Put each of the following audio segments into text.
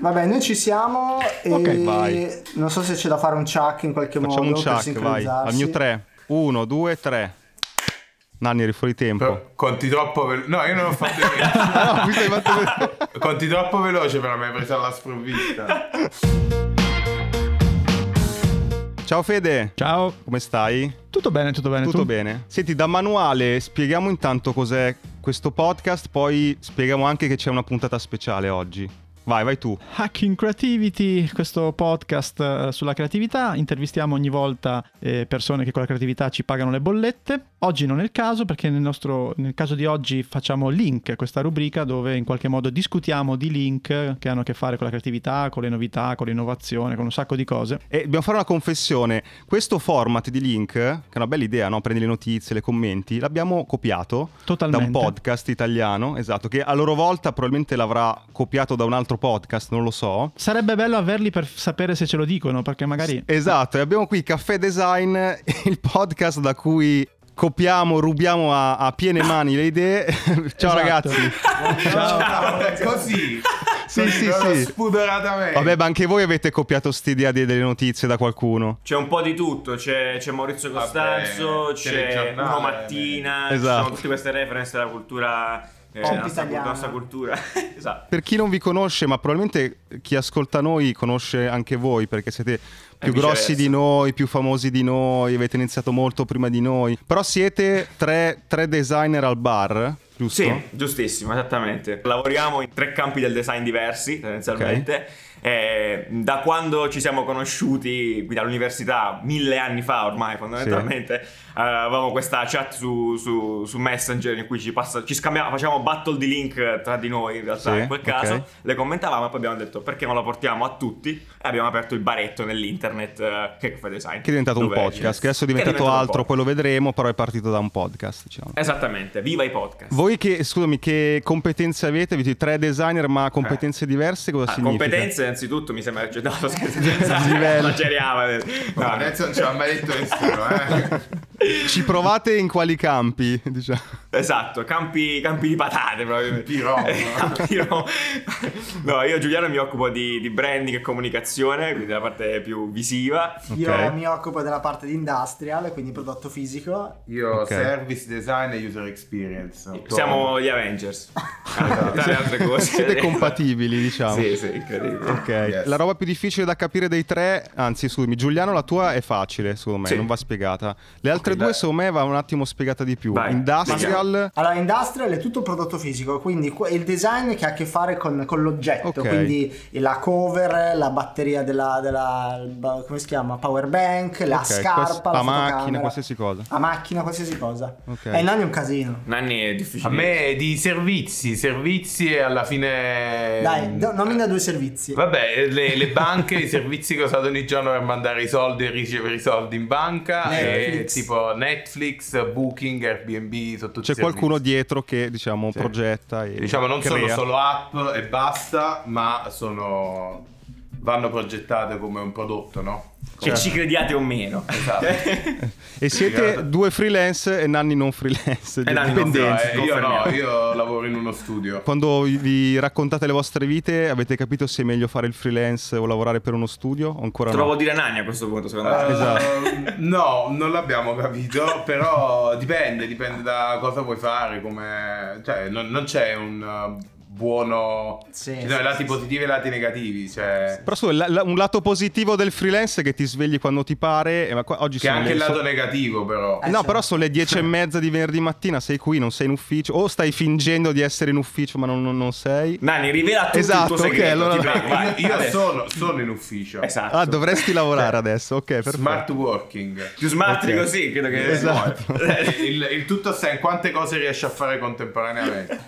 Vabbè, noi ci siamo e Ok, vai. non so se c'è da fare un chuck in qualche Facciamo un modo per chuck, vai. Al sincronizzarsi. mio 3. 1, 2, 3. Nanni eri fuori tempo. Però Conti troppo veloce. No, io non ho fatto niente. Ah, mi sei fatto- Conti troppo veloce, però mi hai preso alla sprovvista. Ciao Fede. Ciao. Come stai? Tutto bene, tutto bene. Tutto tu? bene. Senti, da manuale spieghiamo intanto cos'è questo podcast, poi spieghiamo anche che c'è una puntata speciale oggi. Vai, vai tu. Hacking Creativity, questo podcast eh, sulla creatività. Intervistiamo ogni volta eh, persone che con la creatività ci pagano le bollette. Oggi non è il caso perché nel, nostro, nel caso di oggi facciamo Link, questa rubrica dove in qualche modo discutiamo di link che hanno a che fare con la creatività, con le novità, con l'innovazione, con un sacco di cose. E dobbiamo fare una confessione. Questo format di link, che è una bella idea, no? Prendi le notizie, le commenti, l'abbiamo copiato Totalmente. da un podcast italiano, esatto, che a loro volta probabilmente l'avrà copiato da un altro podcast, non lo so. Sarebbe bello averli per sapere se ce lo dicono perché magari... Esatto, e abbiamo qui Caffè Design, il podcast da cui copiamo, rubiamo a, a piene mani le idee. Ciao Esatto. ragazzi. Così. Sì, sì, Proprio sì. Spudoratamente. Vabbè, ma anche voi avete copiato st'idea di- delle notizie da qualcuno. C'è un po' di tutto, c'è, c'è Maurizio Vabbè, Costanzo, c'è telegiornale, Uno Mattina, Esatto. ci sono tutte queste reference della cultura, eh, Pop della nostra, italiana. nostra cultura. esatto. Per chi non vi conosce, ma probabilmente chi ascolta noi conosce anche voi, perché siete più grossi viceversa. di noi, più famosi di noi, avete iniziato molto prima di noi. Però siete tre, tre designer al bar, giusto? Sì, giustissimo, esattamente. Lavoriamo in tre campi del design diversi, tendenzialmente. Eh, da quando ci siamo conosciuti qui dall'università, mille anni fa ormai, fondamentalmente, eh, avevamo questa chat su, su- su Messenger in cui ci, passa, ci scambiavamo, facevamo battle di link tra di noi, in realtà, Sì, in quel ok. caso. Le commentavamo e poi abbiamo detto perché non la portiamo a tutti e abbiamo aperto il baretto nell'internet eh, che fa design. Che è diventato un Dove- podcast, che adesso è che diventato, un altro, poi podcast. lo vedremo, però è partito da un podcast, diciamo. Esattamente, viva i podcast. Voi che, scusami, che competenze avete? Avete tre designer ma competenze diverse, cosa Ah, significa? competenze, innanzitutto, mi sembra che no, sto Livello. scherzando. Esageriamo. No, adesso non ce l'ha mai detto nessuno, eh. Ci provate in quali campi, diciamo? Esatto, campi, campi di patate proprio. Di Roma. Campi di Roma. No, io Giuliano mi occupo di, di branding e comunicazione, quindi la parte più visiva. Io Ok. mi occupo della parte di industrial, quindi prodotto fisico. Io Ok. service design e user experience. Siamo gli Avengers. Tra le altre cose. Siete compatibili, diciamo. Sì, sì, incredibile. Ok, Yes. la roba più difficile da capire dei tre, anzi scusami, Giuliano la tua è facile secondo me, Sì. non va spiegata. Le altre Ok, due dai. secondo me va un attimo spiegata di più. Vai, Industrial, Allora, industrial è tutto prodotto fisico, quindi que- il design che ha a che fare con, con l'oggetto, Ok. quindi la cover, la batteria della, della- ba- come si chiama? Power bank, la Ok, quals- scarpa, la a macchina, fotocamera. qualsiasi cosa. A macchina, qualsiasi cosa. Ok. E non è un casino. Nanni è difficile. A me di servizi, servizi e alla Ehm, fine... Dai, do- nomina due servizi. Vabbè, eh, le, le banche, i servizi che usate ogni giorno per mandare i soldi e ricevere i soldi in banca, e Netflix. tipo Netflix, Booking, Airbnb, sono tutti c'è qualcuno servizi. dietro che diciamo Sì. progetta e Diciamo non sono crea. solo app e basta, ma sono... vanno progettate come un prodotto, no? Che ci crediate o meno. Esatto. E siete Figata. due freelance e nanni non freelance, E Nanni non dipendenze. freelance. Eh, io no, confermiamo. io lavoro in uno studio. Quando vi raccontate le vostre vite avete capito se è meglio fare il freelance o lavorare per uno studio o ancora Trovo no? dire Nanni a questo punto, secondo me. Eh, Esatto. No, non l'abbiamo capito, però dipende, dipende da cosa vuoi fare, come... Cioè, non, non c'è un eh, buono... Sì, ci sì, sono i lati sì, positivi e i lati negativi, cioè... Però scusa, la- la- un lato positivo del freelance è che ti svegli quando ti pare, eh, ma qua- oggi Che è sono anche le- il lato so- negativo, però. Eh, No, sì. però sono le dieci e mezza di venerdì mattina, sei qui, non sei in ufficio, o stai fingendo di essere in ufficio ma non, non- non sei. Nanni, rivela tutto Esatto, il tuo ok, segreto. allora- ti prego, vai, Io adesso. sono, sono in ufficio. Esatto. Ah, dovresti lavorare adesso, ok, perfetto. Smart working. Eh, Più smart di Ok. così, credo che... Esatto. Il, il tutto sta in quante cose riesci a fare contemporaneamente.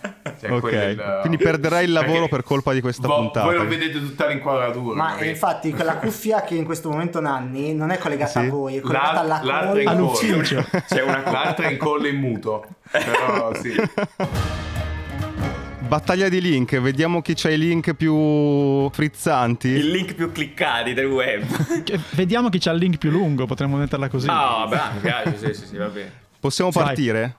Cioè, Ok, quel- quindi perderai il lavoro Perché per colpa di questa vo- puntata. Voi non vedete tutta l'inquadratura. Ma magari. infatti quella cuffia che in questo momento Nanni non è collegata Sì. a voi, è L'al- collegata alla l'altra call. in call. All'ufficio. C'è una L'altra è in collo in muto. Però sì. Battaglia di link, vediamo chi c'ha i link più frizzanti. Il link più cliccati del web. Che- Vediamo chi c'ha il link più lungo, potremmo metterla così. Ah, vabbè, mi piace, sì, sì, sì, va bene. Possiamo Vai. partire?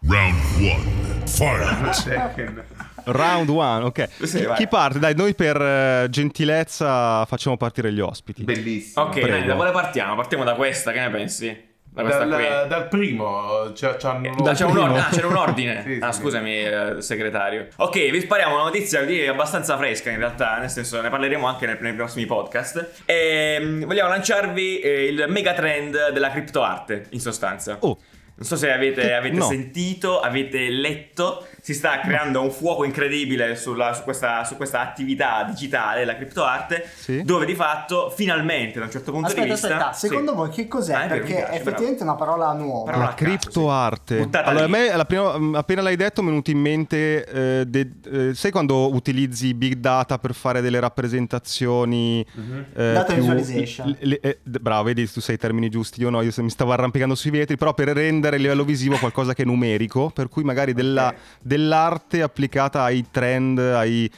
Cioè, che- Round one, ok. Sì, chi, vai. chi parte? Dai, noi per eh, gentilezza facciamo partire gli ospiti. Bellissimo. Ok, dai, da quale partiamo? Partiamo da questa, che ne pensi? Da questa Dal, qui. dal primo cioè, c'hanno- Da- c'è un ordine, ah, c'era un ordine. Sì, sì, ah, sì. scusami, eh, segretario. Ok, vi spariamo una notizia di abbastanza fresca in realtà, nel senso ne parleremo anche nei, nei prossimi podcast. Ehm, vogliamo lanciarvi eh, il mega trend della criptoarte, in sostanza. Oh, Non so se avete, avete No. sentito, avete letto, si sta creando un fuoco incredibile sulla- su, questa, su questa attività digitale, la criptoarte, Sì. dove di fatto finalmente da un certo punto Aspetta, di vista... aspetta, sì. secondo voi che cos'è? Ah, è vero, Perché mi piace, è effettivamente bravo. una parola nuova. Parola la a caso, criptoarte. sì. Buttata Allora, a lì. me la prima- mm, appena l'hai detto mi è venuto in mente, eh, de- eh, sai quando utilizzi big data per fare delle rappresentazioni... Mhm. eh, Data più- visualization. l- le- eh, d- bravo, vedi tu sai i termini giusti, io no, io se- mi stavo arrampicando sui vetri, però per rendere il livello visivo qualcosa che è numerico, per cui magari della- Ok. dell'arte applicata ai trend, ai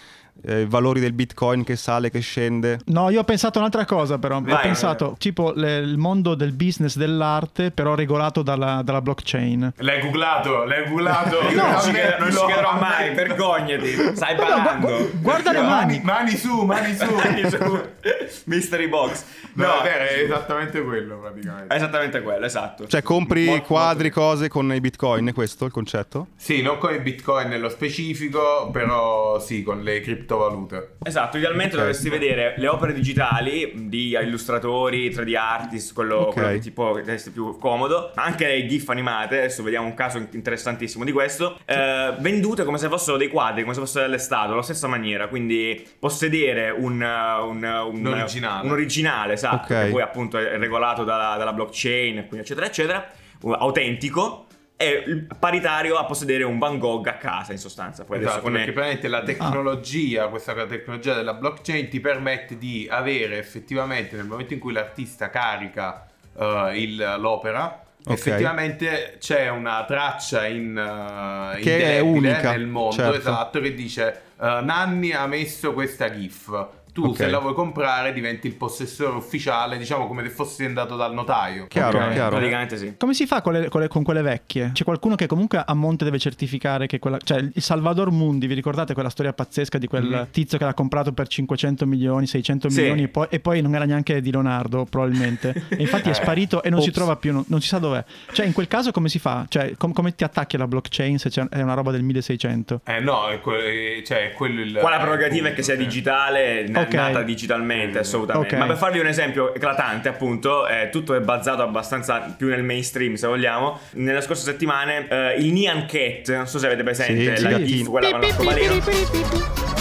eh, valori del bitcoin che sale, che scende. No, io ho pensato un'altra cosa però, ho Vai. pensato tipo le- il mondo del business dell'arte però regolato dalla, dalla blockchain. L'hai googlato, l'hai googlato. non ci Ammettilo, credo, non ci crederò ammettilo. mai, vergognati, stai parlando. Guarda le Mani, mani! mani su, mani su. Mystery box. No, No, è vero, è esattamente quello praticamente. è esattamente quello, esatto. Cioè compri Molto- quadri, cose con i bitcoin, è questo il concetto? Sì, non con i bitcoin nello specifico, però sì, con le criptovalute. Esatto, idealmente Ok. dovresti vedere le opere digitali mh, di illustratori, 3D artist, quello, Ok. quello che ti può che resti più comodo, ma anche le GIF animate, adesso vediamo un caso interessantissimo di questo, eh, vendute come se fossero dei quadri, come se fossero delle statue, alla stessa maniera, quindi possedere un, uh, un, uh, un- Un originale. un originale, esatto, Ok. che poi appunto è regolato dalla, dalla blockchain, quindi eccetera, eccetera, uh, autentico. È paritario a possedere un Van Gogh a casa, in sostanza. Poi Esatto, adesso Ah. con perché praticamente la tecnologia, questa tecnologia della blockchain ti permette di avere effettivamente nel momento in cui l'artista carica eh, il- l'opera, Ok. effettivamente c'è una traccia in, eh, Che è indelebile unica, nel mondo, certo. esatto, che dice eh, Nanni ha messo questa GIF. Tu Ok. se la vuoi comprare diventi il possessore ufficiale, diciamo come se fossi andato dal notaio. Chiaro, Ok? chiaro. praticamente sì. Come si fa con le, con le- con quelle vecchie? C'è qualcuno che comunque a monte deve certificare che quella... Cioè, il Salvador Mundi, vi ricordate quella storia pazzesca di quel tizio che l'ha comprato per 500 milioni, 600 Mm-hmm. Sì. milioni e poi, e poi non era neanche di Leonardo, probabilmente. E infatti Eh. è sparito e non si Ops. trova più, non, non si sa dov'è. Cioè, in quel caso come si fa? Cioè, com- come ti attacchi alla blockchain se c'è- è una roba del 1600? Eh no, è que- eh, cioè è quello il... Qua la eh, prerogativa è punto, Mm, che sia sì. digitale, n- Ok. nata digitalmente, assolutamente. Ok. Ma per farvi un esempio eclatante, appunto, eh, tutto è basato abbastanza più nel mainstream, se vogliamo. Nelle scorse settimane eh, il Neon Cat, non so se avete presente, Sì, la sì. GIF, quella con la scovalina.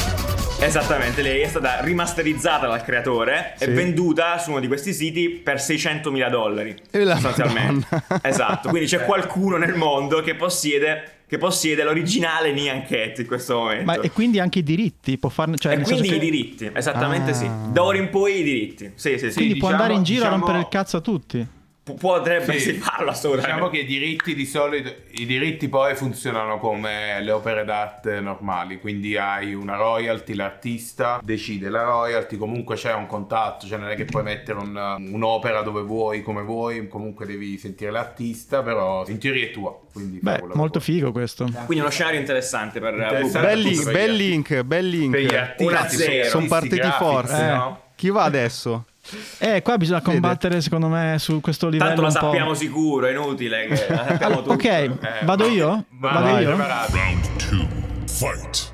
Esattamente, lei è stata rimasterizzata dal creatore Sì. e venduta su uno di questi siti per 600.000 dollari. E la sostanzialmente. Madonna. Esatto, quindi c'è qualcuno nel mondo che possiede, che possiede l'originale Neon Cat in questo momento. Ma e quindi anche i diritti? Può farne... Cioè, e nel quindi i senso che- diritti, esattamente Ah. sì. Da ora in poi i diritti. Sì, sì, sì. Quindi può diciamo- andare in giro a diciamo- rompere il cazzo a tutti. Pu- potrebbe Sì. sì. farlo assolutamente. Diciamo che i diritti di solito, i diritti poi funzionano come le opere d'arte normali, quindi hai una royalty, l'artista decide la royalty, comunque c'è un contatto, cioè non è che puoi mettere un- un'opera dove vuoi, come vuoi, comunque devi sentire l'artista, però in teoria è tua, quindi fai Beh, quello che molto vuoi. figo questo. Quindi uno scenario interessante per Interessante. Bel Belli. link, Per gli bel artisti. link, bel link. Per gli Una artisti, zero. Sono partiti forti. forze Eh. no? Chi va adesso? Eh, qua bisogna Vede. combattere, secondo me, su questo livello. Tanto la un po'. sappiamo sicuro, è inutile che la sappiamo Allora, tutti. ok, vado io? Eh, Vai, Vado vai, io? preparato.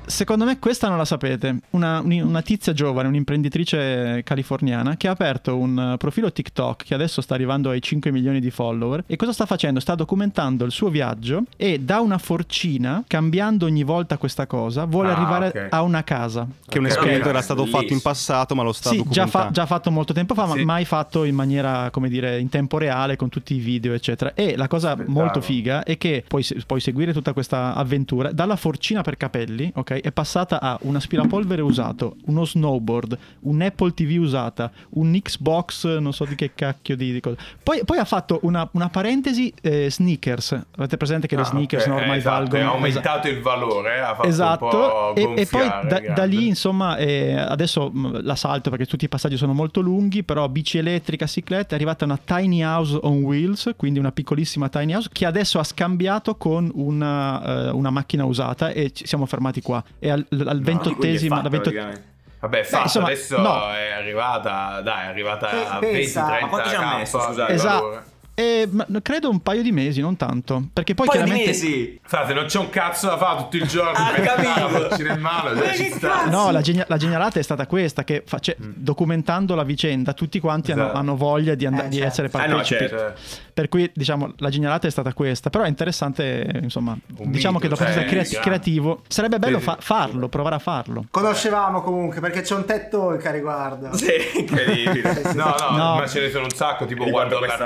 Secondo me questa non la sapete. Una, un- una tizia giovane, un'imprenditrice californiana, che ha aperto un eh, profilo TikTok che adesso sta arrivando ai 5 milioni di follower. E cosa sta facendo? Sta documentando il suo viaggio e da una forcina, cambiando ogni volta questa cosa, vuole Ah, arrivare ok. a una casa. Che è un Ok, esperimento che era ragazzi, stato fatto in bellissimo. passato, ma lo sta Sì, già, documentando. fa- già fatto molto tempo fa, ma Sì. mai fatto in maniera, come dire, in tempo reale, con tutti i video, eccetera. E la cosa Spettacolo. molto figa è che puoi, se- puoi seguire tutta questa avventura dalla forcina per capelli, ok? poi è passata a un aspirapolvere usato, uno snowboard, un Apple TV usata, un Xbox, non so di che cacchio di, di cosa. Poi, poi ha fatto una, una parentesi eh, sneakers. Avete presente che le Ah, sneakers ok, no, ormai esatto, valgono? Ha Esa- aumentato il valore, eh, ha fatto un po' Esatto, e, e poi gonfiare, da, da grande. Ah, lì insomma eh, adesso mh, la salto perché tutti i passaggi sono molto lunghi, però bici elettrica, ciclette, è arrivata una tiny house on wheels, quindi una piccolissima tiny house che adesso ha scambiato con una, eh, una macchina usata e ci siamo fermati qua. E al, al ventottesimo... Quindi è fatta, la vento- praticamente. Vabbè, fatto, insomma, adesso no. è arrivata, dai, è arrivata a Pe- pensa- Eh, Ma quanto ci ha 20-30 messo, k scusate? Esatto. E, ma- credo un paio di mesi, non tanto. Perché poi Poi chiaramente... mesi. Frate, non c'è un cazzo da fare tutto il giorno Eh, Ah, per capito. farci nel male, Ma cioè, ci che sta. Ah, cazzo? No, la, genia- la genialata è stata questa, che face- documentando la vicenda tutti quanti hanno, Mm. Esatto. hanno voglia di, and- Eh, di certo. essere Ah, no, partecipi. certo. Per cui diciamo la genialata è stata questa, però è interessante, eh, insomma, Un diciamo mito, che dal punto cioè, di vista creat- grande. creativo sarebbe bello Sì, sì. fa- farlo, provare a farlo. Conoscevamo comunque perché c'è un tettoica a riguardo. Sì, Eh, incredibile. No, no, No. ma ce ne sono un sacco, tipo Riguardo guardo questa- la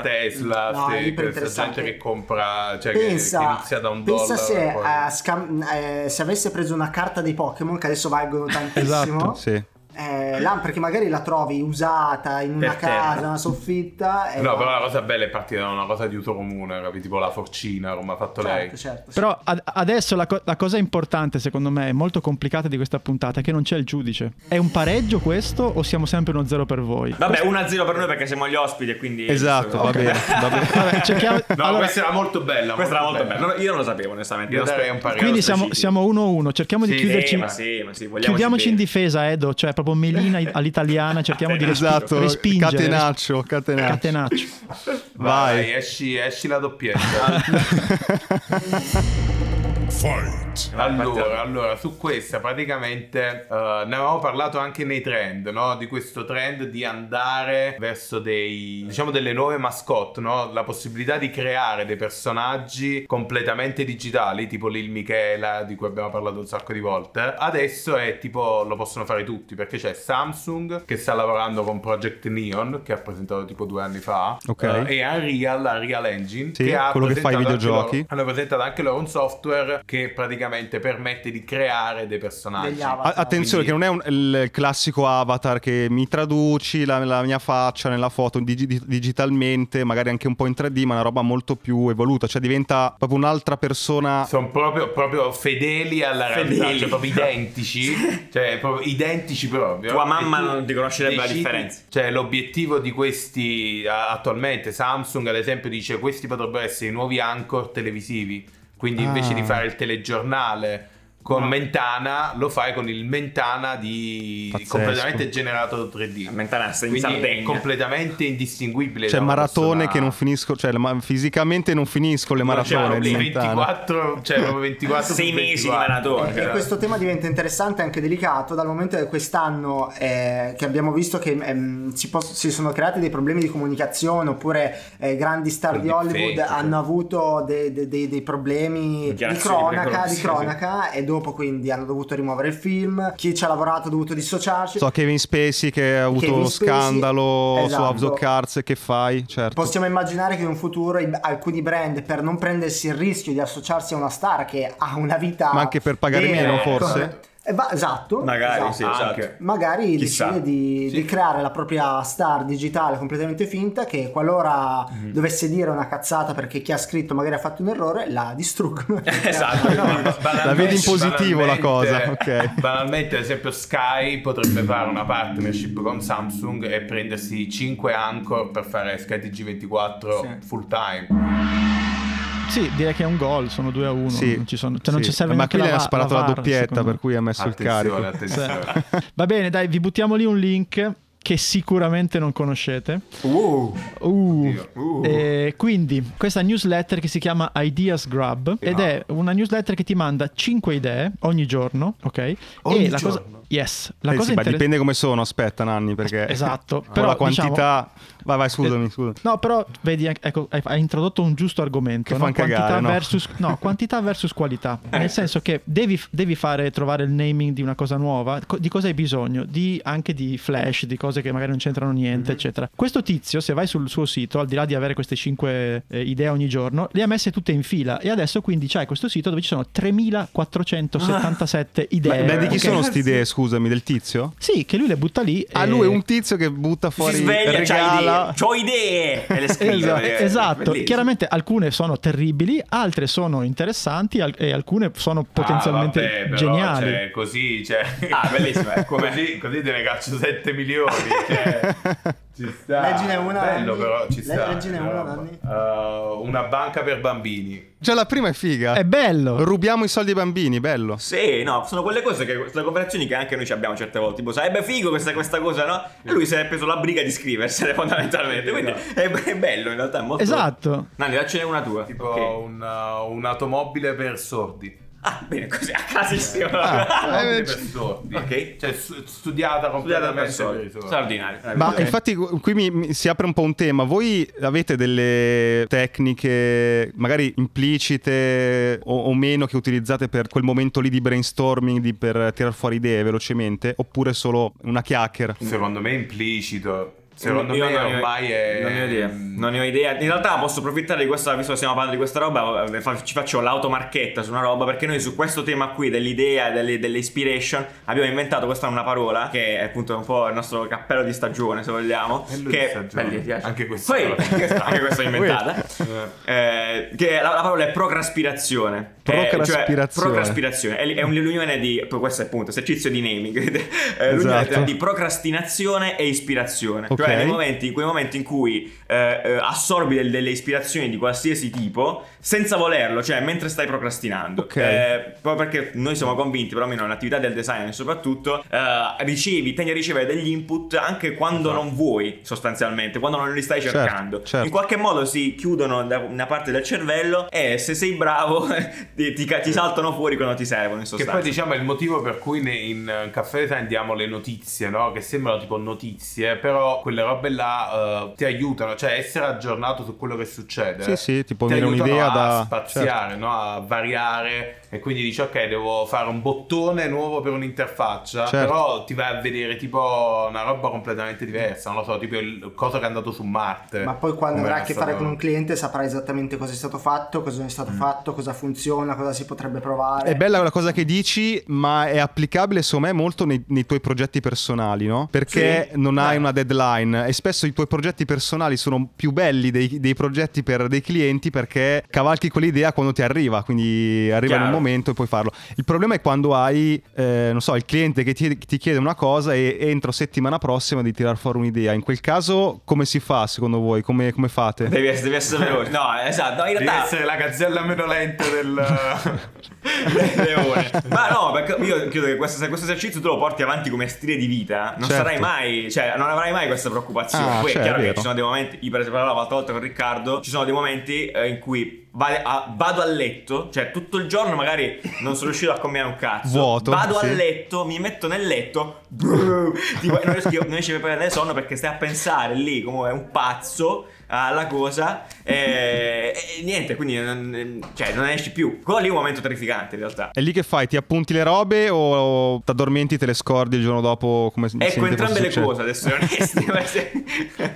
No, Tesla, ste- è questa iperinteressante. gente che compra, cioè che- che, Pensa, inizia da un dollaro. pensa se, e poi- eh, scam- eh, se avesse preso una carta dei Pokémon che adesso valgono tantissimo. Esatto, Sì. Eh, là, perché magari la trovi usata in una Per terra. casa, una soffitta. e va. No, Certo, però la cosa bella è partire da una cosa di uso comune, capi? tipo la forcina, come ha fatto lei. certo, certo. sì. Però ad- adesso la, co- la cosa importante, secondo me, è molto complicata di questa puntata, è che non c'è il giudice. È un pareggio questo o siamo sempre uno zero per voi? Vabbè, 1-0 per noi perché siamo gli ospiti e quindi... Esatto, va bene, va bene. Vabbè, cerchiamo... No, allora, questa era molto bella. Questa era molto bella. No, Io non lo sapevo, onestamente. Io Lo darei spe- un parere. quindi siamo, specifico. siamo 1-1, cerchiamo Sì, di chiuderci... Sì, ma sì, ma sì, vogliamoci Chiudiamoci in bene. difesa, Edo, cioè proprio melina i- all'italiana, cerchiamo di respi- Esatto, respingere. catenaccio, catenaccio. Catenaccio. Vai, esci, esci la doppietta. Fight! allora, allora, su questa praticamente eh, ne avevamo parlato anche nei trend, no? Di questo trend di andare verso dei, diciamo, delle nuove mascotte, no? La possibilità di creare dei personaggi completamente digitali, tipo Lil Michela, di cui abbiamo parlato un sacco di volte. Adesso è tipo, lo possono fare tutti, perché c'è Samsung che sta lavorando con Project Neon, che ha presentato tipo due anni fa, Ok. eh, e Unreal, Unreal Engine, Sì, che ha quello che fa i presentato anche videogiochi. loro- hanno presentato anche loro un software che praticamente permette di creare dei personaggi. Degli avatar. A- attenzione Quindi- che non è un- il classico avatar che mi traduci la, la mia faccia nella foto digi- di- digitalmente, magari anche un po' in 3D, ma una roba molto più evoluta, cioè diventa proprio un'altra persona. Sono proprio, proprio fedeli alla realtà, Fedeli. cioè proprio identici, cioè proprio identici proprio. Tua mamma E tu non ti conoscerebbe la decidi- differenza. Cioè l'obiettivo di questi a- attualmente, Samsung ad esempio dice questi potrebbero essere i nuovi anchor televisivi, quindi invece Ah. di fare il telegiornale con Mentana lo fai con il Mentana di Pazzesco. completamente generato 3D. Mentana sta in Quindi è Sardegna. completamente indistinguibile. Cioè da una maratone persona- che non finisco, cioè ma- fisicamente non finisco le maratone. Cioè, di proprio Mentana. 24, cioè proprio 24 su Eh, Sei mesi di 24. maratona. E questo tema diventa interessante e anche delicato dal momento che quest'anno eh, che abbiamo visto che ehm, si, pos- si sono creati dei problemi di comunicazione oppure eh, grandi star Con di Hollywood deepfake, hanno avuto de- de- de- dei problemi di Dichiarazioni cronaca, di pericolose, cronaca e dopo quindi hanno dovuto rimuovere il film, chi ci ha lavorato ha dovuto dissociarsi. So Kevin Spacey che ha avuto Kevin lo Spacey, scandalo su esatto. House of Cards che fai, certo. Possiamo immaginare che in un futuro i- alcuni brand per non prendersi il rischio di associarsi a una star che ha una vita Ma anche per pagare vera, meno, ecco, forse? eh, va- esatto. Magari, esatto. sì, esatto. Anche. magari Chissà. decide di, di creare la propria star digitale completamente finta che qualora Mhm. dovesse dire una cazzata perché chi ha scritto magari ha fatto un errore la distruggono Esatto. Banalmente- La vedi in positivo la cosa, banalmente- eh, ok. Banalmente, ad esempio, Sky potrebbe fare una partnership con Samsung e prendersi 5 anchor per fare Sky TG24 full time. Sì, direi che è un gol, sono 2 a 1. Sì. Non ci, sono, cioè non Sì. ci serve Ma neanche qui lei la ha va- sparato la, VAR, doppietta, secondo per cui ha messo il carico. Attenzione, attenzione. me. Va bene, dai, vi buttiamo lì un link che sicuramente non conoscete. Uh. Eh, quindi, questa newsletter che si chiama Ideas Grab ed è una newsletter che ti manda 5 idee ogni giorno, ok? Ogni e la cosa giorno? Yes, la Eh cosa sì, ma interessante dipende come sono, aspetta Nanni, perché Esatto, con però, la quantità... Vai, vai, scusami, Eh, scusami. No, però vedi, ecco, hai, hai introdotto un giusto argomento. Che no? fan Quantità, cagare, no? versus, no, quantità versus qualità. Nel senso che devi, devi fare, trovare il naming di una cosa nuova. Co- di cosa hai bisogno? Di, anche di flash, di cose cose che magari non c'entrano niente, Mhm. eccetera. Questo tizio, se vai sul suo sito, al di là di avere queste 5 idee ogni giorno, le ha messe tutte in fila e adesso quindi c'è questo sito dove ci sono 3477 Ma, idee. ma di Ah. chi Ok. sono queste idee, scusami? Del tizio? Sì, che lui le butta lì. Ah, e- lui è un tizio che butta fuori si sveglia, c'ha idee, regala. c'ho idee e le scrive. Esatto, eh, esatto. bellissimo. chiaramente alcune sono terribili, altre sono interessanti al- e alcune sono potenzialmente Ah, vabbè, però, geniali. cioè, così, cioè... Ah, bellissimo, eh, com'è? così, così te ne caccio 7 milioni. Cioè, ci sta. Leggine una, Bello, Nanni. però ci Le- sta. leggine una, Nanni. Uh, una banca per bambini. Già Cioè, la prima è figa. È bello. Rubiamo i soldi ai bambini, bello. Sì, no, sono quelle cose che sono conversazioni che anche noi ci abbiamo certe volte. Tipo, sarebbe figo questa, questa cosa, no? E lui si è preso la briga di scriversene fondamentalmente. Quindi è, è bello in realtà. È molto... Esatto. Nanni, daccene una tua. Tipo Ok. una- un'automobile per sordi. Ah, bene, così a casissimo. Un'automobile eh, per sordi. Ah, ok. Cioè, su- studiata Studiata completamente per per i soldi. sordi. Straordinario. Ma Ok. infatti gu- qui mi, mi- si apre un po' un tema. Voi avete delle tecniche magari implicite o, o meno che utilizzate per quel momento lì di brainstorming, di- per tirar fuori idee velocemente, oppure solo una chiacchiera? Secondo me è implicito. Secondo Io me non ne ho- ormai è... Non ne ho idea. Ehm. Non ne ho idea. In realtà posso approfittare di questa, visto che stiamo parlando di questa roba, eh, fa- ci faccio l'automarchetta su una roba, perché noi su questo tema qui dell'idea, delle, delle inspiration, abbiamo inventato questa è una parola, che è appunto un po' il nostro cappello di stagione, se vogliamo. Cappello che di stagione. Belli, ti piace? Anche questa. Poi- anche questa è inventata. Eh, che la, la parola è procraspirazione. Eh, cioè, Procraspirazione. procraspirazione. È, è un'unione di. poi Questo è appunto esercizio di naming. Eh, l'unione Esatto. di procrastinazione e ispirazione. Ok. Cioè, nei momenti, quei momenti in cui eh, eh, assorbi del- delle ispirazioni di qualsiasi tipo senza volerlo, cioè mentre stai procrastinando. Ok. Eh, proprio perché noi siamo convinti, perlomeno nell'attività del design soprattutto, eh, ricevi, tendi a ricevere degli input anche quando non vuoi, sostanzialmente, quando non li stai Esatto. Certo, cercando. certo. In qualche modo si chiudono da una parte del cervello e se sei bravo ti, ti ca- ti saltano fuori quando ti servono, in Che sostanza. poi diciamo è il motivo per cui ne- in eh, Caffè Design diamo le notizie, no? Che sembrano tipo notizie, però quelle robe là eh, ti aiutano, cioè essere aggiornato su quello che succede. Sì, sì, ti può venire aiutano un'idea a da- certo. spaziare, no? A variare e quindi dici ok, devo fare un bottone nuovo per un'interfaccia, Certo. però ti vai a vedere tipo una roba completamente diversa, non lo so, tipo il cosa che è andato su Marte. Ma poi quando Come avrà a era che fare stato- con un cliente saprà esattamente cosa è stato fatto, cosa non è Mm. stato fatto, cosa funziona, cosa si potrebbe provare. È bella la cosa che dici, ma è applicabile secondo me molto nei, nei tuoi progetti personali, no? Perché Sì. non hai Eh. una deadline e spesso i tuoi progetti personali sono più belli dei, dei progetti per dei clienti perché cavalchi quell'idea quando ti arriva, quindi arriva Chiaro. nel momento e puoi farlo. Il problema è quando hai, eh, non so, il cliente che ti, ti chiede una cosa e entro settimana prossima di tirar fuori un'idea. In quel caso come si fa secondo voi? Come, come fate? Devi essere, devi essere veloce. No, esatto. No, in Devi realtà essere la gazzella meno lenta del... Leone. Ma no, perché io credo che questo, se questo esercizio tu lo porti avanti come stile di vita, non Certo. sarai mai, cioè, non avrai mai questa preoccupazione. Ah, Poi cioè, è chiaro è che vero. ci sono dei momenti, io per esempio parlavo l'altra volta con Riccardo, ci sono dei momenti eh, in cui vale- a- vado a letto, cioè tutto il giorno magari non sono riuscito a combinare un cazzo. Vuoto, Vado sì. a letto, mi metto nel letto, brrr, tipo, non riesco non riesci a prendere sonno perché stai a pensare lì come un pazzo alla cosa e, e niente, quindi non, cioè, non esci più. Quello lì è un momento terrificante in realtà. È lì che fai? Ti appunti le robe o ti addormenti e te le scordi il giorno dopo? Come si Ecco, sente entrambe fosse le successo? cose, ad essere onesti. ma se-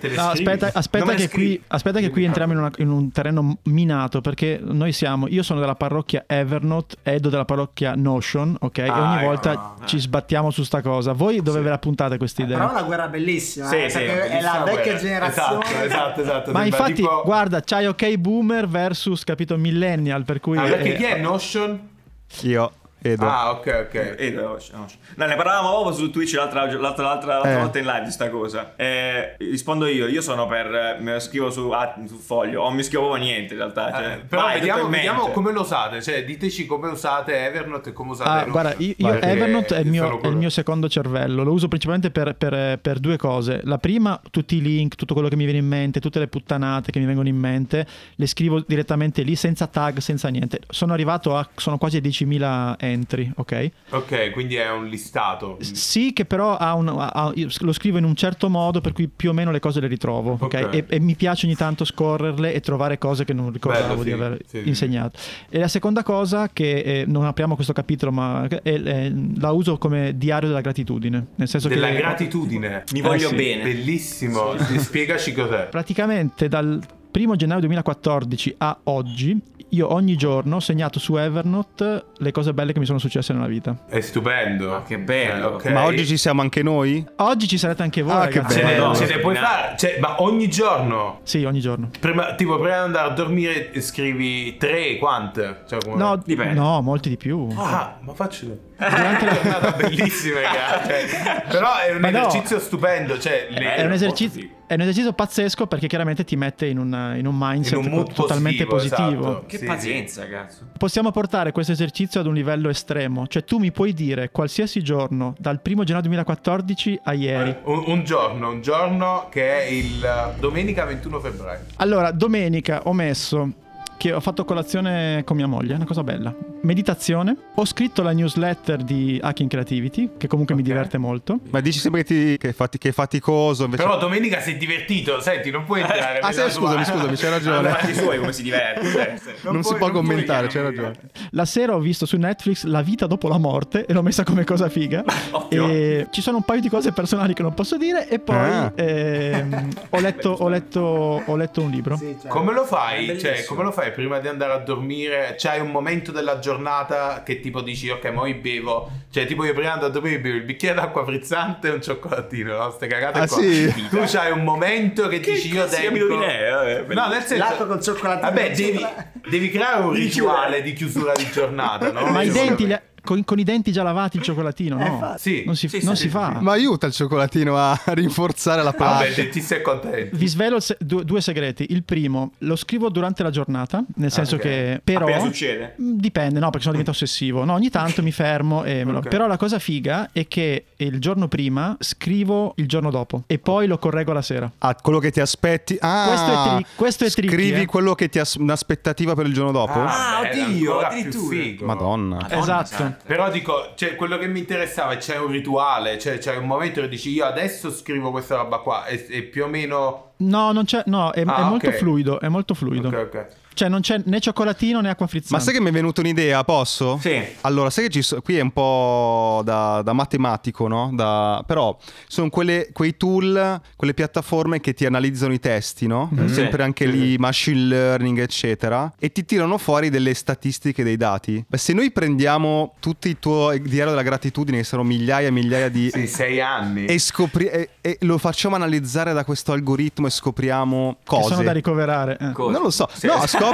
Te le No, scrivi? aspetta, aspetta Non me che le scrivi. qui, aspetta che qui entriamo in, una- in un terreno minato perché noi siamo, io sono della parrocchia Evernote, Edo della parrocchia Notion, ok? e Ah, ogni ecco, volta no, Eh. no. ci sbattiamo su sta cosa. Voi dove ve la puntate questa idea? Però è una guerra bellissima, Ah, Sì, eh, sì, perché è Bellissima la vecchia guerra. generazione. Esatto, esatto, esatto. Ma Sembra infatti, tipo- guarda, c'hai ok boomer versus, capito, millennial, per cui... Ah, perché eh, chi è Notion? Io, Edo. Ah, ok, ok. Eh, no, no. No, ne parlavamo proprio su Twitch l'altra, l'altra, l'altra- l'altra Eh. volta in live di sta cosa. Eh, rispondo io, io sono per... eh, me lo scrivo su, ah, su foglio, o mi scrivo proprio niente in realtà. Cioè, Eh, però vai, vediamo, tutto in vediamo mente. come lo usate, cioè diteci come usate Evernote e come usate Ah, Notion. guarda, io, io Perché Evernote è il, sono mio, è il quello- mio secondo cervello, lo uso principalmente per, per- per due cose. La prima, tutti i link, tutto quello che mi viene in mente, tutte le puttanate che mi vengono in mente, le scrivo direttamente lì senza tag, senza niente. Sono arrivato a, sono quasi a 10.000 entry entry, ok? Ok, quindi è un listato. Sì, che però ha un- ha- ha- io lo scrivo in un certo modo per cui più o meno le cose le ritrovo, ok? Ok. E, e mi piace ogni tanto scorrerle e trovare cose che non ricordavo Bello, di sì, aver sì, sì. insegnato. E la seconda cosa, che eh, non apriamo questo capitolo, ma eh, eh, la uso come diario della gratitudine, nel senso Della Cioè, che... gratitudine. Mi voglio sì. bene. Bellissimo. Spiegaci cos'è. Praticamente dal 1 gennaio 2014 a oggi, io ogni giorno ho segnato su Evernote le cose belle che mi sono successe nella vita. È stupendo. Ma che bello. Eh, ok. Cioè, Ma oggi ci siamo anche noi? Ogoggi ci sarete anche voi, Ah, che ragazzi. Ce ne, bello. ce ne puoi No. fare, cioè, ma ogni giorno, Sì, ogni giorno. prima, tipo prima di andare a dormire scrivi tre, quante? Cioè, come- No, Dipende. no, molti di più. Ah, ma faccio... Durante la- giornata bellissima, raga. Cioè, però è un Ma no. esercizio stupendo. Cioè, le- È un, esercizio, Sì. è un esercizio pazzesco perché chiaramente ti mette in un, in un in mindset un mood totalmente positivo. esatto. Che Sì, pazienza, cazzo. Possiamo portare questo esercizio ad un livello estremo, cioè tu mi puoi dire qualsiasi giorno dal 1 gennaio 2014 a ieri. sì. Un, un giorno, un giorno che è il eh, domenica 21 febbraio. Allora, domenica ho messo che ho fatto colazione con mia moglie, è una cosa bella. Meditazione, ho scritto la newsletter di Hacking Creativity, che comunque mi diverte molto. Ma dici sempre che, ti- che è fati- che è faticoso. Invece... Però domenica sei divertito, senti, non puoi entrare. Ah, nella sì, scusami, tua- scusami, c'hai ragione. Allora, i suoi come si diverte. sì, sì. non, si puoi- può non puoi commentare, c'hai chiamare. ragione. La sera ho visto su Netflix La vita dopo la morte e l'ho messa come cosa figa. Ottimo. e ci sono un paio di cose personali che non posso dire e poi Ah. ehm, ho, letto, ho letto- ho letto un libro. Sì, cioè, Come lo È fai? Cioè, bellissimo. come lo fai prima di andare a dormire? C'hai un momento della giornata che tipo dici, ok, mo' io bevo. Cioè, tipo io prima di andare a dormire bevo il bicchiere d'acqua frizzante e un cioccolatino, no? Ste cagate Ah, qua. sì? Tu c'hai un momento che, Che dici io cazzo di devo... abitudine è? Vabbè, No, nel senso... L'acqua col cioccolatino. Vabbè, devi, devi creare un rituale di chiusura di giornata, no? Ma i Secondo denti, me. li- con, con i denti già lavati il cioccolatino, no? Sì. Non si, Eh, Sì, sì, non sì, si sì, fa. Ma aiuta il cioccolatino a rinforzare la Vabbè, pace. se ti sei contento. Vi svelo il se- due, due segreti. Il primo, lo scrivo durante la giornata, nel senso Ah, ok. che però... Appena succede. Mm, Dipende, no, perché sono diventato ossessivo. No, ogni tanto mi fermo e me lo- Però la cosa figa è che il giorno prima scrivo il giorno dopo e poi lo correggo la sera. Ah, quello che ti aspetti. Ah, Questo è tri- questo è tricky, Scrivi eh. quello che ti as- un'aspettativa per il giorno dopo. Ah, bello, oddio, ancora più addirittura. figo. Madonna. esatto. Certo. Però dico, cioè, quello che mi interessava è c'è un rituale, cioè c'è un momento che dici io adesso scrivo questa roba qua e, e più o meno... No, non c'è, no è, Ah, è molto ok. fluido, è molto fluido. Ok, ok. Cioè non c'è né cioccolatino né acqua frizzante. Ma sai che mi è venuta un'idea, posso? Sì. Allora, sai che ci so- qui è un po' da, da matematico, no? Da- però sono quelle- quei tool, quelle piattaforme che ti analizzano i testi, no? Sempre anche lì machine learning, eccetera, e ti tirano fuori delle statistiche dei dati. Beh, se noi prendiamo tutti i tuoi diario della gratitudine, che sono migliaia e migliaia di... Sì, sei anni. E, scopri- e- e lo facciamo analizzare da questo algoritmo e scopriamo che cose. sono da ricoverare. eh. Non lo so, no, scopri.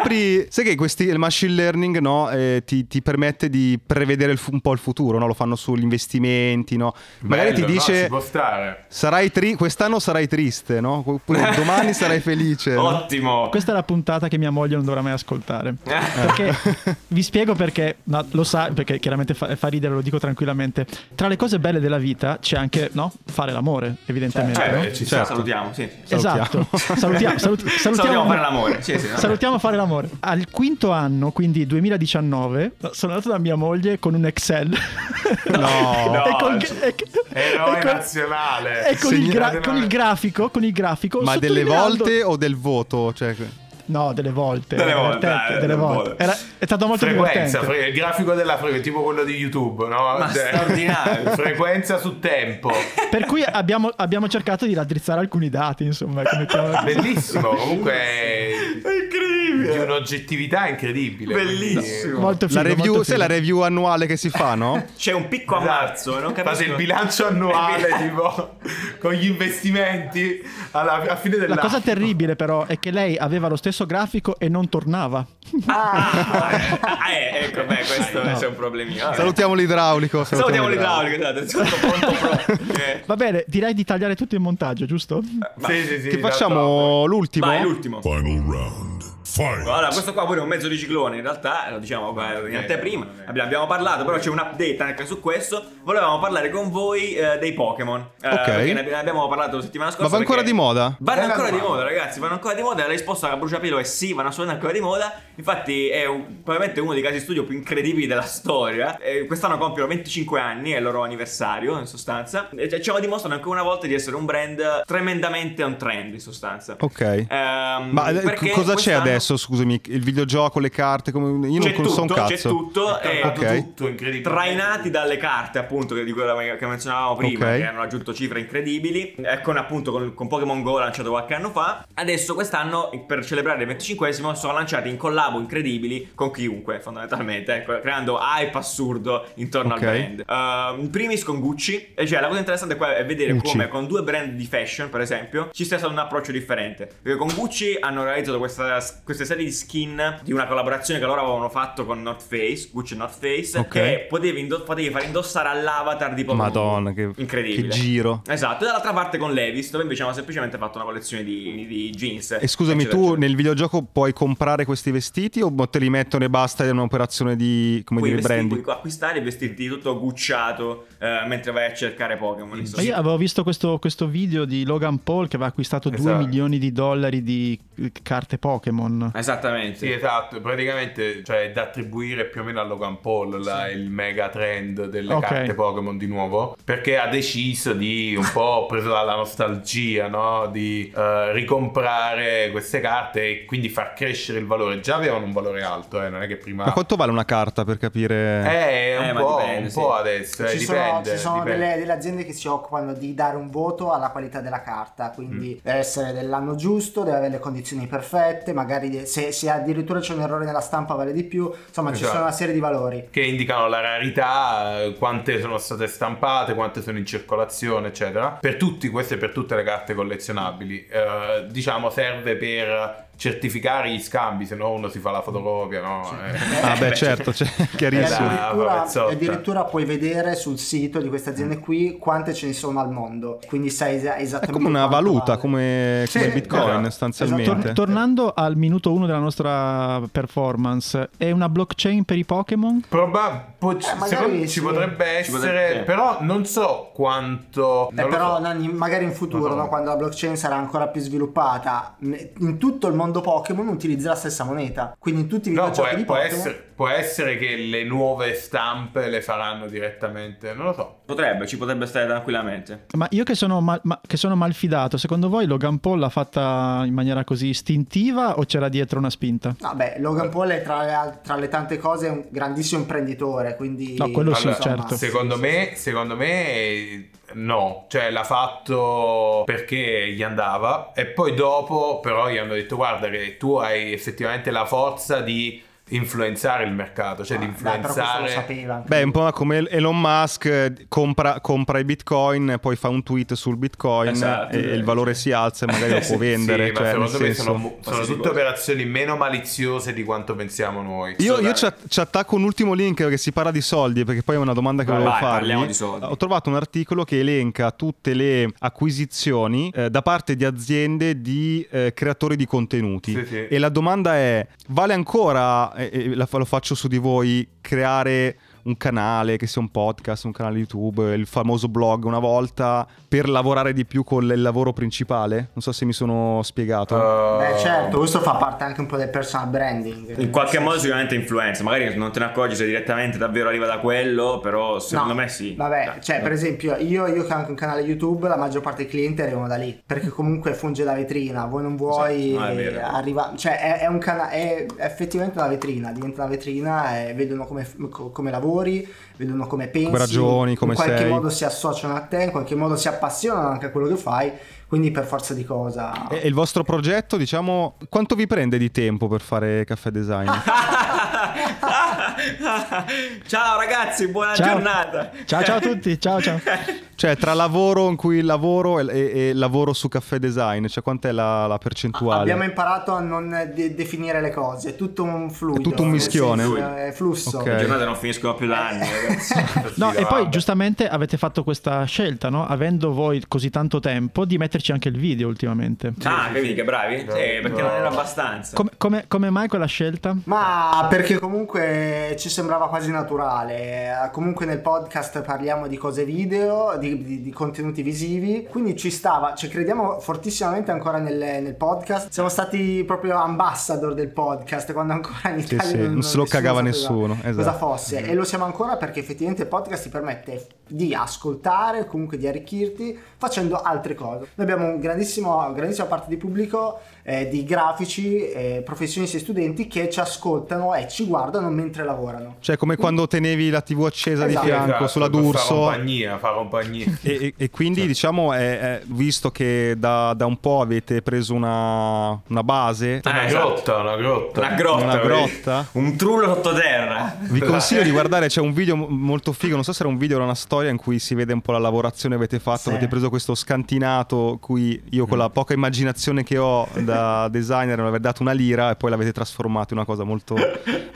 sai che questi, il machine learning no, eh, ti, ti permette di prevedere il fu- un po' il futuro, no? lo fanno sugli investimenti. No? Magari Bello, ti No, dice: ci può stare. sarai tri- quest'anno sarai triste, no? oppure domani sarai felice. Oh, no? Ottimo. Questa è la puntata che mia moglie non dovrà mai ascoltare. Perché vi spiego perché, no, lo sa, perché chiaramente fa, fa ridere, lo dico tranquillamente. Tra le cose belle della vita c'è anche no, fare l'amore, evidentemente. Cioè, Eh, no? beh, ci Certo. salutiamo, sì. Esatto, salutiamo, salut- Salutiamo salutiamo, a fare l'amore. Sì, sì, no. salutiamo a fare l'amore. Al quinto anno, quindi 2019, sono andato da mia moglie con un Excel. No. E con- e- Eroe e con- nazionale. E con il, gra- Segnate- con il grafico, con il grafico, Ma delle sottolineando- volte o del voto? Cioè, No, delle volte. Delle era volte, divertente, eh, delle un po'. volte. Era- è stato molto Frequenza, divertente. fre- il grafico della frequenza, tipo quello di YouTube, no? Cioè, Ma straordinario. frequenza su tempo. Per cui abbiamo, abbiamo cercato di raddrizzare alcuni dati, insomma. ecco, mettiamola così. Bellissimo, comunque è di Incredibile. un'oggettività incredibile. Bellissimo. Molto figo, la molto review, figo. sai la review annuale che si fa, no? C'è un picco a marzo, non capisco. Esatto. Fate il bilancio annuale, tipo, con gli investimenti alla, a fine La dell'anno. cosa terribile però è che lei aveva lo stesso grafico e non tornava. Ah, eh, ecco, beh, questo c'è un problemino. Vabbè. Salutiamo l'idraulico. Salutiamo l'idraulico, esatto, tutto pronto, pronto. Eh, Va bene, direi di tagliare tutto il montaggio, giusto? Sì, sì, sì, Che esatto. facciamo l'ultimo? Vai, l'ultimo. Final round. Fight. Allora, questo qua pure è un eh, mezzo di ciclone, in realtà, lo diciamo qua in anteprima, abbi- abbiamo parlato, però c'è un update anche su questo, volevamo parlare con voi eh, dei Pokémon. Eh, Ok. perché ne ne abbiamo parlato la settimana scorsa. Ma va ancora perché- di moda? Vanno Bella ancora di domanda. moda, ragazzi. Vanno ancora di moda. La risposta a bruciapelo è sì, vanno assolutamente ancora di moda. Infatti, è un- probabilmente uno dei casi studio più incredibili della storia. Eh, quest'anno compiono 25 anni, è il loro anniversario, in sostanza. E ci- ci dimostrano ancora una volta di essere un brand tremendamente on trend, in sostanza. Ok. Ehm, Ma eh, perché cosa c'è quest'anno- adesso? Scusami, il videogioco, le carte? Come... Io c'è non so un tutto, cazzo. c'è tutto, È eh, tornato ok. tutto incredibile. trainati dalle carte appunto che- di quella che menzionavamo prima Ok. che hanno raggiunto cifre incredibili eh, con appunto con, con Pokémon Go lanciato qualche anno fa adesso quest'anno per celebrare il 25esimo sono lanciati in collabo incredibili con chiunque fondamentalmente ecco, creando hype assurdo intorno Ok. al brand Eh, in primis con Gucci e cioè la cosa interessante qua è vedere Gucci. come con due brand di fashion per esempio ci sia stato un approccio differente perché con Gucci hanno realizzato questa, queste serie di skin di una collaborazione che loro avevano fatto con North Face Gucci e North Face Ok. che potevi, indo- potevi far indossare all'avatar di Pokémon Madonna, che, incredibile che giro. esatto e dall'altra parte con Levis dove invece hanno semplicemente fatto una collezione di, di jeans E Eh, scusami, tu nel videogioco puoi comprare questi vestiti o te li mettono e basta? È un'operazione di come puoi, dire, vesti- branding? puoi acquistare e vestirti tutto gucciato eh, mentre vai a cercare Pokémon Ma io avevo visto questo, questo video di Logan Paul che aveva acquistato 2 Esatto. milioni di dollari di eh, carte Pokémon. esattamente Sì, esatto, praticamente cioè, è da attribuire più o meno a Logan Paul la- il mega trend delle Ok. carte Pokémon di nuovo, perché ha deciso di un po' preso dalla nostalgia, no? di eh, ricomprare queste carte e quindi far crescere il valore. Già avevano un valore alto, eh, non è che prima... Ma quanto vale una carta per capire? Eh, un, Eh, ma po', dipende, un sì. po' Cioè, adesso, eh, ci, sono, dipende. ci sono dipende. delle, delle aziende che si occupano di dare un voto alla qualità della carta, quindi Mm. deve essere dell'anno giusto, deve avere le condizioni perfette, magari de- se, se addirittura c'è un errore nella stampa vale di più, insomma ci Esatto. sono una serie di valori. che indicano la rarità, eh, quante sono state stampate, quante sono in circolazione, eccetera. Per tutti, queste per tutte le carte collezionabili, eh, diciamo serve per certificare gli scambi, se no uno si fa la fotocopia, no? Eh. Ah, beh, certo, cioè, E chiarissimo. Esatto. addirittura, pezzotta. addirittura puoi vedere sul sito di queste aziende qui quante ce ne sono al mondo, quindi sai es- Mm. È esattamente come una quanto valuta, vale. come, Sì, come Bitcoin, esatto. sostanzialmente. Tor- tornando al minuto 1 della nostra performance, è una blockchain per i Pokémon? Probab- po- Eh, magari secondo me ci sì. potrebbe essere, potrebbe- sì. però non so quanto. Eh, non lo però so. Nanni, magari in futuro, Madonna. no, quando la blockchain sarà ancora più sviluppata, ne- in tutto il mondo Pokémon utilizza la stessa moneta. Quindi in tutti i No, può, videogiochi di può Pokémon essere, può essere che le nuove stampe le faranno direttamente, non lo so. potrebbe ci potrebbe stare tranquillamente Ma io che sono, mal- ma- che sono malfidato, secondo voi Logan Paul l'ha fatta in maniera così istintiva o c'era dietro una spinta? Vabbè, Logan Paul è tra le, tra le tante cose un grandissimo imprenditore, quindi... No, quello sì, Allora, certo. Secondo me, secondo me eh, no, cioè l'ha fatto perché gli andava e poi dopo però gli hanno detto guarda che tu hai effettivamente la forza di influenzare il mercato, cioè di Ah, Dai, però questo lo influenzare sapeva. Beh, è un po' come Elon Musk eh, compra, compra i bitcoin, poi fa un tweet sul bitcoin Esatto, e sì. il valore si alza e magari lo può Sì, vendere. ma cioè, secondo nel me senso- sono, mu- sono tutte operazioni meno maliziose di quanto pensiamo noi. Cioè, Io, io ci, att- ci attacco un ultimo link che si parla di soldi perché poi è una domanda che Vai, volevo vai, farvi. parliamo di soldi. Ho trovato un articolo che elenca tutte le acquisizioni eh, da parte di aziende di eh, creatori di contenuti Sì, sì. e la domanda è vale ancora, eh, eh, la fa- lo faccio su di voi, creare un canale che sia un podcast, un canale YouTube, il famoso blog una volta per lavorare di più con il lavoro principale? Non so se mi sono spiegato. Uh, Beh, certo, questo fa parte anche un po' del personal branding. in qualche modo sicuramente influenza magari non te ne accorgi se direttamente davvero arriva da quello però secondo No, me sì Vabbè, Dai, cioè, dai. per esempio, io, io che ho anche un canale YouTube, la maggior parte dei clienti arrivano da lì. Perché comunque funge da vetrina. Voi non vuoi Esatto, no, è eh, vero. arriva- Cioè, è, è un cana- è effettivamente una vetrina, diventa una vetrina e vedono come, co- come lavori, vedono come pensi. ragioni, come in qualche sei. modo si associano a te, in qualche modo si appassionano anche a quello che fai. Quindi per forza di cosa. Ah. E e il vostro progetto, diciamo, quanto vi prende di tempo per fare caffè design? ciao ragazzi buona Ciao. giornata Ciao, ciao a tutti, ciao, ciao. Cioè, tra lavoro in cui lavoro e, e- e lavoro su caffè design, cioè quant'è la, la percentuale? Abbiamo imparato a non de- definire le cose, è tutto un fluido. È tutto un mischione. nel senso, È flusso. Ok. Le giornate non finiscono più da anni, ragazzi. No, e poi giustamente avete fatto questa scelta, no? avendo voi così tanto tempo, di metterci anche il video ultimamente. Ah, vedi che bravi? Sì, perché non era abbastanza. Come, come- come mai quella scelta? Ma perché comunque ci sembrava quasi naturale, Eh, comunque nel podcast parliamo di cose video, di, di- di contenuti visivi, quindi ci stava, ci crediamo fortissimamente ancora nel, nel podcast, siamo stati proprio ambassador del podcast quando ancora in Italia sì, non se lo nessuno cagava sapeva nessuno, cosa esatto. fosse e lo siamo ancora perché effettivamente il podcast ti permette di ascoltare, comunque di arricchirti facendo altre cose. Noi abbiamo un grandissimo, grandissima parte di pubblico eh, di grafici, eh, professionisti e studenti che ci ascoltano e ci guardano mentre lavorano. Cioè, come quando tenevi la TV accesa Esatto. di fianco Esatto, sulla per Fa D'Urso. E, compagnia, fa compagnia. e- e quindi, diciamo, è- è- visto che da, da un po' avete preso una, una base, Ah, Una esatto. grotta, una grotta. Una grotta, Una vedi? grotta? un trullo sottoterra. vi consiglio di guardare. C'è un video mo- molto figo. Non so se era un video o era una storia in cui si vede un po' la lavorazione che avete fatto. Sì. Avete preso questo scantinato, cui io con la poca immaginazione che ho da designer, non aver dato una lira e poi l'avete trasformato in una cosa molto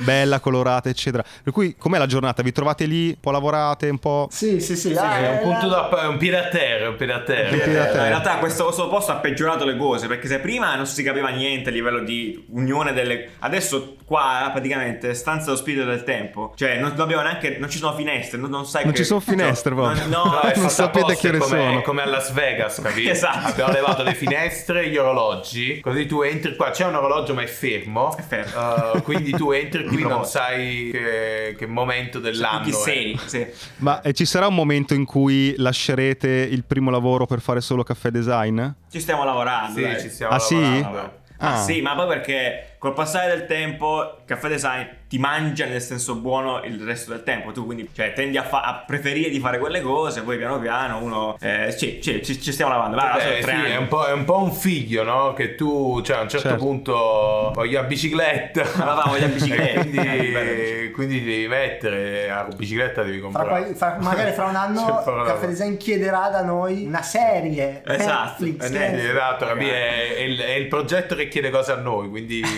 bella, colorata, eccetera. Per cui, com'è la giornata? Vi trovate lì, un po' lavorate, un po'. Sì, eh, sì, sì. Sì, è Eh, un punto da un piede a terra, un piede a terra. Un piede a Eh, terra. in realtà questo, questo posto ha peggiorato le cose perché se prima non si capiva niente a livello di unione delle... Adesso qua praticamente stanza dello spirito del tempo. Cioè non dobbiamo neanche... Non ci sono finestre, non, non sai Non che- ci sono finestre, no, proprio. No, No, è no, Non fatta sapete apposta, che ore è come- sono. È come a Las Vegas, capito? Esatto. Abbiamo levato le finestre, gli orologi. Così tu entri qua. C'è un orologio, ma è fermo. È fermo. Eh, quindi tu entri qui, Dico, non sai che, che momento dell'anno. Cioè, chi è. sei? Sì. Ma eh, ci sarà un momento in cui lascerete il primo lavoro per fare solo caffè design? Certo Ci stiamo lavorando. Sì, dai. ci stiamo Ah, sì? lavorando. Ah. Ah, sì, ma poi perché col passare del tempo Caffè Design ti mangia nel senso buono il resto del tempo. Tu quindi cioè, tendi a, fa- a preferire di fare quelle cose, poi piano piano uno... eh, sì, sì, ci, ci stiamo lavando. Va, sono Eh, tre sì, anni. è, un po', è un po' un figlio, no? Che tu, cioè, a un certo, Certo. punto voglio la bicicletta. Ma va, voglio la bicicletta. E Eh, quindi, Bello. quindi devi mettere la bicicletta, devi Fra comprare. qualche- fra- magari fra un anno Cioè, fra- Caffè Design chiederà da noi una serie Esatto, Netflix, eh, Eh, Netflix. esatto, capì? È, è il, è il progetto che chiede cose a noi, quindi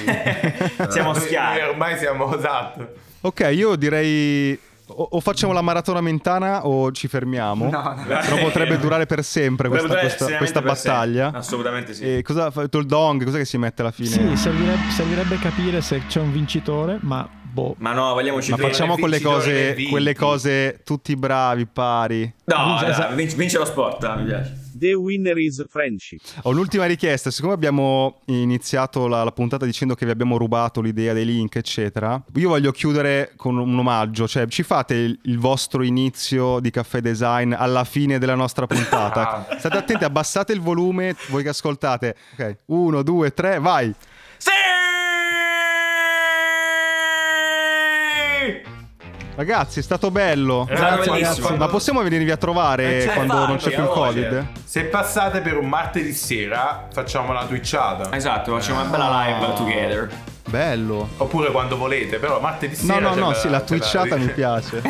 Siamo Noi- schiavi. noi Ormai siamo esatto. Ok, io direi o, o facciamo la maratona mentana o ci fermiamo. No, no. Però potrebbe durare per sempre questa, Potrebbe questa- durare questa seriamente per battaglia. sempre. Assolutamente sì. E cosa fa il dong? Cos'è che si mette alla fine? Sì, servirebbe, servirebbe capire se c'è un vincitore, ma boh. Ma no, vogliamoci Ma bene. facciamo il quelle vincitore cose, dei vinti. quelle cose tutti bravi, pari. No, Vince- dai, esatto. vince, vince lo sport, ah, mi piace. The winner is friendship. Ho un'ultima richiesta, siccome abbiamo iniziato la, la puntata dicendo che vi abbiamo rubato l'idea dei link, eccetera, io voglio chiudere con un omaggio, cioè ci fate il, il vostro inizio di caffè design alla fine della nostra puntata. State attenti, abbassate il volume, voi che ascoltate. Ok, uno, due, tre, vai! Sì! Ragazzi, è stato bello. È stato Ragazzi, cioè, bellissimo. quando- Ma possiamo venire via a trovare Eh, certo, quando non c'è infatti, più il a voglia. Covid? Se passate per un martedì sera, facciamo la twitchata. Ah. Esatto, facciamo una bella live together. Bello. Oppure quando volete, però martedì No, sera. no, c'è no, sì, eh, la c'è twitchata mi piace.